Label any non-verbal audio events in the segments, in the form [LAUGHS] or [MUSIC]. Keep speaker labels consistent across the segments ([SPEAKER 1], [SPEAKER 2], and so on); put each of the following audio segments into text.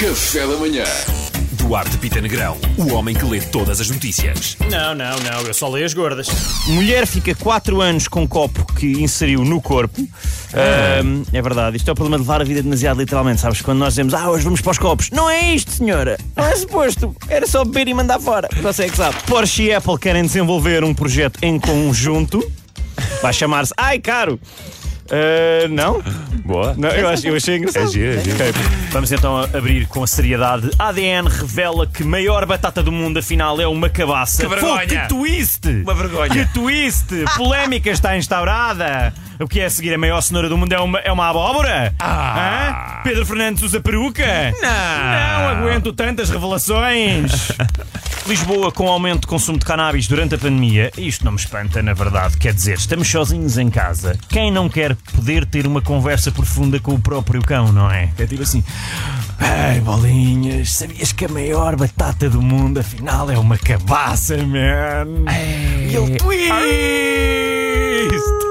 [SPEAKER 1] Café da Manhã.
[SPEAKER 2] Duarte Pita Negrão, o homem que lê todas as notícias.
[SPEAKER 3] Não, não, não, eu só leio as gordas.
[SPEAKER 4] Mulher fica 4 anos com um copo que inseriu no corpo. Ahm, é verdade, isto é o problema de levar a vida demasiado literalmente, sabes? Quando nós dizemos, ah, hoje vamos para os copos. Não é isto, senhora. Não é suposto. Era só beber e mandar fora. Você é que sabe. Porsche e Apple querem desenvolver um projeto em conjunto. Vai chamar-se Ai Caro. Ah, não?
[SPEAKER 2] Boa.
[SPEAKER 4] não eu, acho, eu achei engraçado.
[SPEAKER 2] É giro, é giro.
[SPEAKER 4] Ok. Vamos então a- abrir com a seriedade. ADN revela que maior batata do mundo, afinal, é uma cabaça.
[SPEAKER 2] Que vergonha.
[SPEAKER 4] Fogo, que twist!
[SPEAKER 2] Uma vergonha.
[SPEAKER 4] Que twist! Polémica está instaurada! O que é a seguir? A maior cenoura do mundo é uma, é uma abóbora?
[SPEAKER 2] Ah.
[SPEAKER 4] Hã? Pedro Fernandes usa peruca? Não aguento tantas revelações! Lisboa com aumento de consumo de cannabis durante a pandemia, isto não me espanta, na verdade. Quer dizer, estamos sozinhos em casa. Quem não quer poder ter uma conversa profunda com o próprio cão, não é? É tipo assim. Ai, bolinhas, sabias que a maior batata do mundo, afinal, é uma cabaça, man? E ele
[SPEAKER 2] [LAUGHS]
[SPEAKER 4] twist!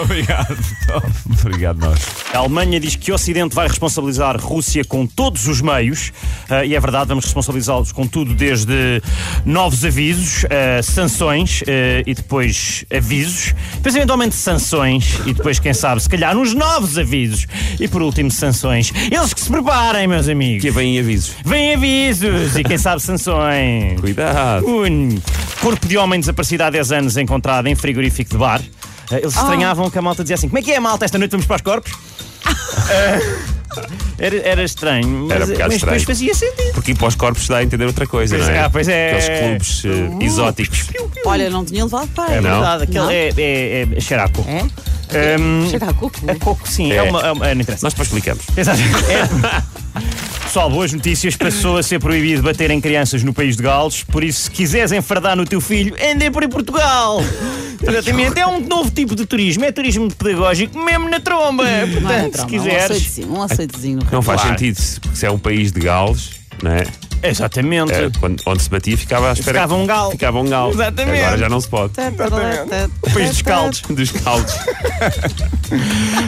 [SPEAKER 4] Obrigado, Tom.
[SPEAKER 2] Obrigado, nós.
[SPEAKER 4] A Alemanha diz que o Ocidente vai responsabilizar Rússia com todos os meios, eh, e é verdade, vamos responsabilizá-los com tudo, desde novos avisos, eh, sanções eh, e depois avisos, depois eventualmente sanções e depois, quem sabe, se calhar uns novos avisos e por último sanções. Eles que se preparem, meus amigos.
[SPEAKER 2] Que vêm avisos.
[SPEAKER 4] Vêm avisos e quem sabe sanções.
[SPEAKER 2] Cuidado.
[SPEAKER 4] Un. Corpo de homem desaparecido há 10 anos encontrado em frigorífico de bar. Eh, Eles
[SPEAKER 5] Ah.
[SPEAKER 4] estranhavam que a malta dizia assim: Como é que é, malta? Esta noite vamos para os
[SPEAKER 5] [LAUGHS]
[SPEAKER 4] corpos? Eh, era, era estranho, mas,
[SPEAKER 2] Era um bocado
[SPEAKER 4] mas depois
[SPEAKER 2] estranho.
[SPEAKER 4] fazia sentido.
[SPEAKER 2] Porque ir para os corpos dá a entender outra coisa,
[SPEAKER 4] Pois
[SPEAKER 2] não é?
[SPEAKER 4] é, pois é.
[SPEAKER 2] Aqueles clubes eh, exóticos.
[SPEAKER 5] Olha, não tinha levado para.
[SPEAKER 4] É
[SPEAKER 2] Não.
[SPEAKER 4] verdade, aquele
[SPEAKER 5] Não.
[SPEAKER 4] é, é, é xeraco.
[SPEAKER 5] É?
[SPEAKER 4] Ehm,
[SPEAKER 5] Chega
[SPEAKER 4] [LAUGHS]
[SPEAKER 5] a cuco.
[SPEAKER 4] é coco, sim. É,
[SPEAKER 2] É.
[SPEAKER 4] uma, é uma- é, não interessa.
[SPEAKER 2] Nós depois explicamos.
[SPEAKER 4] Exato. É. Pessoal, boas notícias. Passou a ser proibido bater em crianças no país de Gales. Por isso, se quiseres enfardar no teu filho, andem por aí Portugal. Exatamente. É um novo tipo de turismo. É turismo pedagógico, mesmo na tromba. Portanto,
[SPEAKER 5] Não é
[SPEAKER 4] se
[SPEAKER 5] trauma, Um
[SPEAKER 4] quiseres.
[SPEAKER 5] açoitezinho, um açoitezinho.
[SPEAKER 2] Não faz
[SPEAKER 4] Claro.
[SPEAKER 2] sentido, porque se é um país de galos, não é?
[SPEAKER 4] Exatamente.
[SPEAKER 2] É, quando- onde se batia ficava à espera.
[SPEAKER 4] Ficava
[SPEAKER 2] que-
[SPEAKER 4] um galo.
[SPEAKER 2] Ficava um galo.
[SPEAKER 4] Exatamente.
[SPEAKER 2] Agora já não se pode.
[SPEAKER 4] O país dos caldos.
[SPEAKER 2] [LAUGHS] Dos galos.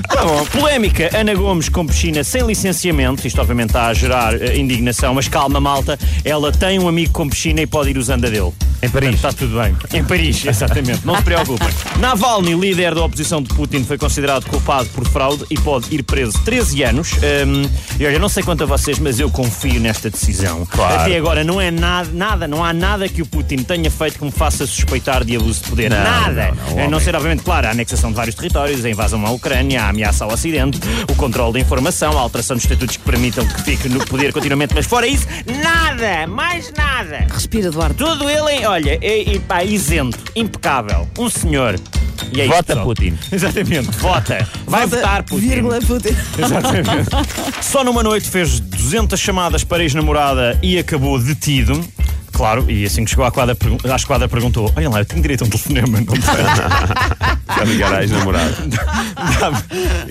[SPEAKER 4] Tá bom. Polémica. Ana Gomes com piscina sem licenciamento. Isto, obviamente, está a gerar eh, indignação, mas calma, malta. Ela tem um amigo com piscina e pode ir usando a dele. Em Paris. Está tudo bem. Em Paris, exatamente. Não se [LAUGHS] preocupem. Navalny, líder da oposição de Putin, foi considerado culpado por fraude e pode ir preso 13 anos. Hum, e olha, eu não sei quanto a vocês, mas eu confio nesta decisão.
[SPEAKER 2] Claro.
[SPEAKER 4] Até agora não é nada, nada, não há nada que o Putin tenha feito que me faça suspeitar de abuso de poder.
[SPEAKER 2] Não,
[SPEAKER 4] nada.
[SPEAKER 2] não, não,
[SPEAKER 4] a não
[SPEAKER 2] homem.
[SPEAKER 4] ser ser, obviamente, claro, a anexação de vários territórios, a invasão à Ucrânia, a ameaça ao Ocidente, o controle da informação, a alteração dos estatutos que permitam que fique no poder continuamente, mas fora isso, nada, mais nada.
[SPEAKER 5] Respira, Eduardo.
[SPEAKER 4] Tudo ele, em- olha, é, é, pá, isento, impecável, um senhor. E é isto,
[SPEAKER 2] Vota,
[SPEAKER 4] pessoal.
[SPEAKER 2] Putin.
[SPEAKER 4] Exatamente,
[SPEAKER 2] [LAUGHS]
[SPEAKER 4] vota. Vai votar, Putin.
[SPEAKER 5] Vírgula [LAUGHS] Putin.
[SPEAKER 4] Só numa noite fez 200 chamadas para ex-namorada e acabou detido. Claro, e assim que chegou à quadra, pergun- à esquadra perguntou: Olha lá, eu tenho direito a um telefonema, não
[SPEAKER 2] [LAUGHS]
[SPEAKER 4] tenho.
[SPEAKER 2] Já ligar à ex-namorada.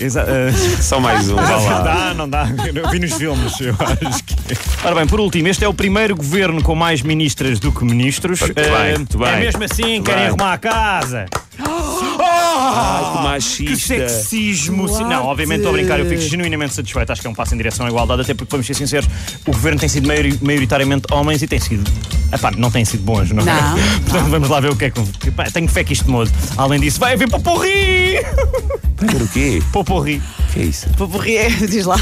[SPEAKER 4] [LAUGHS] Exa- eh,
[SPEAKER 2] Só mais um. Vá
[SPEAKER 4] Não
[SPEAKER 2] lá.
[SPEAKER 4] dá, não dá. Eu vi nos filmes, eu acho que. Ora bem, por último, este é o primeiro governo com mais ministras do que ministros.
[SPEAKER 2] Muito
[SPEAKER 4] Eh,
[SPEAKER 2] bem, muito bem.
[SPEAKER 4] É mesmo assim,
[SPEAKER 2] Muito
[SPEAKER 4] querem
[SPEAKER 2] bem.
[SPEAKER 4] arrumar a casa.
[SPEAKER 2] Que
[SPEAKER 4] Que
[SPEAKER 2] machista.
[SPEAKER 4] sexismo! Sim, Não, obviamente estou a brincar, eu fico genuinamente satisfeito. Acho que é um passo em direção à igualdade, até porque, vamos ser sinceros, o governo tem sido maiori- maioritariamente homens e tem sido. Epá, não têm sido bons, não é?
[SPEAKER 5] Não,
[SPEAKER 4] [LAUGHS] Portanto, vamos lá ver o que é que. Epá, tenho fé que isto mude. Além disso, vai haver poporri!
[SPEAKER 2] Por o quê?
[SPEAKER 4] Poporri.
[SPEAKER 2] que é isso?
[SPEAKER 5] Poporri é, diz lá.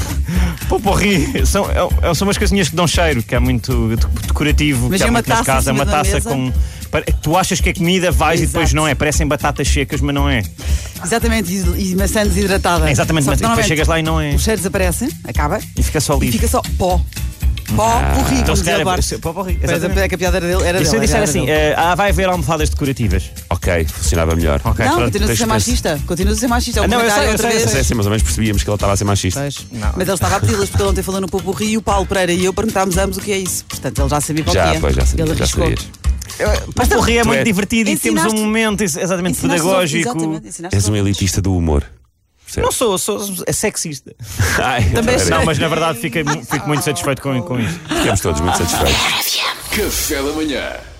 [SPEAKER 4] [LAUGHS] Poporri são, é- são umas casinhas que dão cheiro, que é muito de- decorativo,
[SPEAKER 5] Mas
[SPEAKER 4] que
[SPEAKER 5] é
[SPEAKER 4] há
[SPEAKER 5] uma
[SPEAKER 4] muito nas
[SPEAKER 5] taça
[SPEAKER 4] casas, é
[SPEAKER 5] em cima
[SPEAKER 4] uma
[SPEAKER 5] da
[SPEAKER 4] taça
[SPEAKER 5] mesa.
[SPEAKER 4] com. pare- Tu achas que é comida, vais e depois
[SPEAKER 5] Exato.
[SPEAKER 4] não é. Parecem batatas secas, mas não é.
[SPEAKER 5] Exatamente, e, e maçã desidratada.
[SPEAKER 4] É exatamente,
[SPEAKER 5] Só
[SPEAKER 4] mas
[SPEAKER 5] que
[SPEAKER 4] depois
[SPEAKER 5] normalmente
[SPEAKER 4] chegas lá e não é.
[SPEAKER 5] O cheiro desaparece, acaba,
[SPEAKER 4] E fica só
[SPEAKER 5] e
[SPEAKER 4] livre.
[SPEAKER 5] fica só pó. Pó, porri,
[SPEAKER 4] Então,
[SPEAKER 5] como
[SPEAKER 4] se
[SPEAKER 5] dizia
[SPEAKER 4] calhar,
[SPEAKER 5] o Duarte.
[SPEAKER 4] se- poporri,
[SPEAKER 5] Mas
[SPEAKER 4] exatamente.
[SPEAKER 5] a- é que a piada era dele. Era
[SPEAKER 4] E se eu
[SPEAKER 5] dele,
[SPEAKER 4] disser
[SPEAKER 5] era
[SPEAKER 4] assim,
[SPEAKER 5] dele.
[SPEAKER 4] eh, ah, vai haver almofadas decorativas.
[SPEAKER 2] Ok, funcionava melhor.
[SPEAKER 4] Ok,
[SPEAKER 5] Não,
[SPEAKER 4] pronto.
[SPEAKER 5] continuas a ser
[SPEAKER 2] deixa-me
[SPEAKER 5] machista. Continuas a ser machista. É um
[SPEAKER 4] Ah, não, eu
[SPEAKER 5] comentário
[SPEAKER 4] sei, eu
[SPEAKER 5] outra
[SPEAKER 4] sei, eu
[SPEAKER 5] vez.
[SPEAKER 2] Mas é assim, mais ou menos percebíamos que ela estava a ser machista.
[SPEAKER 5] Pois. Mas ele estava a pedi-las porque ele ontem falou no Poporri e o Paulo Pereira e eu perguntámos ambos o que é isso. Portanto, ele já sabia qual que
[SPEAKER 2] Já,
[SPEAKER 5] é.
[SPEAKER 2] pois, já
[SPEAKER 5] Ele
[SPEAKER 2] sabias, já
[SPEAKER 5] arriscou.
[SPEAKER 2] sabias.
[SPEAKER 4] Mas poporri é
[SPEAKER 2] tu
[SPEAKER 4] muito
[SPEAKER 2] é-
[SPEAKER 4] divertido e temos um
[SPEAKER 5] Ensinaste-
[SPEAKER 4] momento ex- exatamente
[SPEAKER 5] Ensinaste os outros,
[SPEAKER 4] pedagógico.
[SPEAKER 5] é Exatamente, ensinaste os
[SPEAKER 2] És um elitista do humor. [LAUGHS] Percebes?
[SPEAKER 4] Não sou, sou sou- é sexista.
[SPEAKER 2] Ai, [LAUGHS]
[SPEAKER 5] Também
[SPEAKER 2] peraí.
[SPEAKER 5] sou.
[SPEAKER 4] Não, mas na verdade fiquei mu- fico muito satisfeito com, com isso.
[SPEAKER 2] Ficamos todos muito satisfeitos.
[SPEAKER 1] Café da Manhã.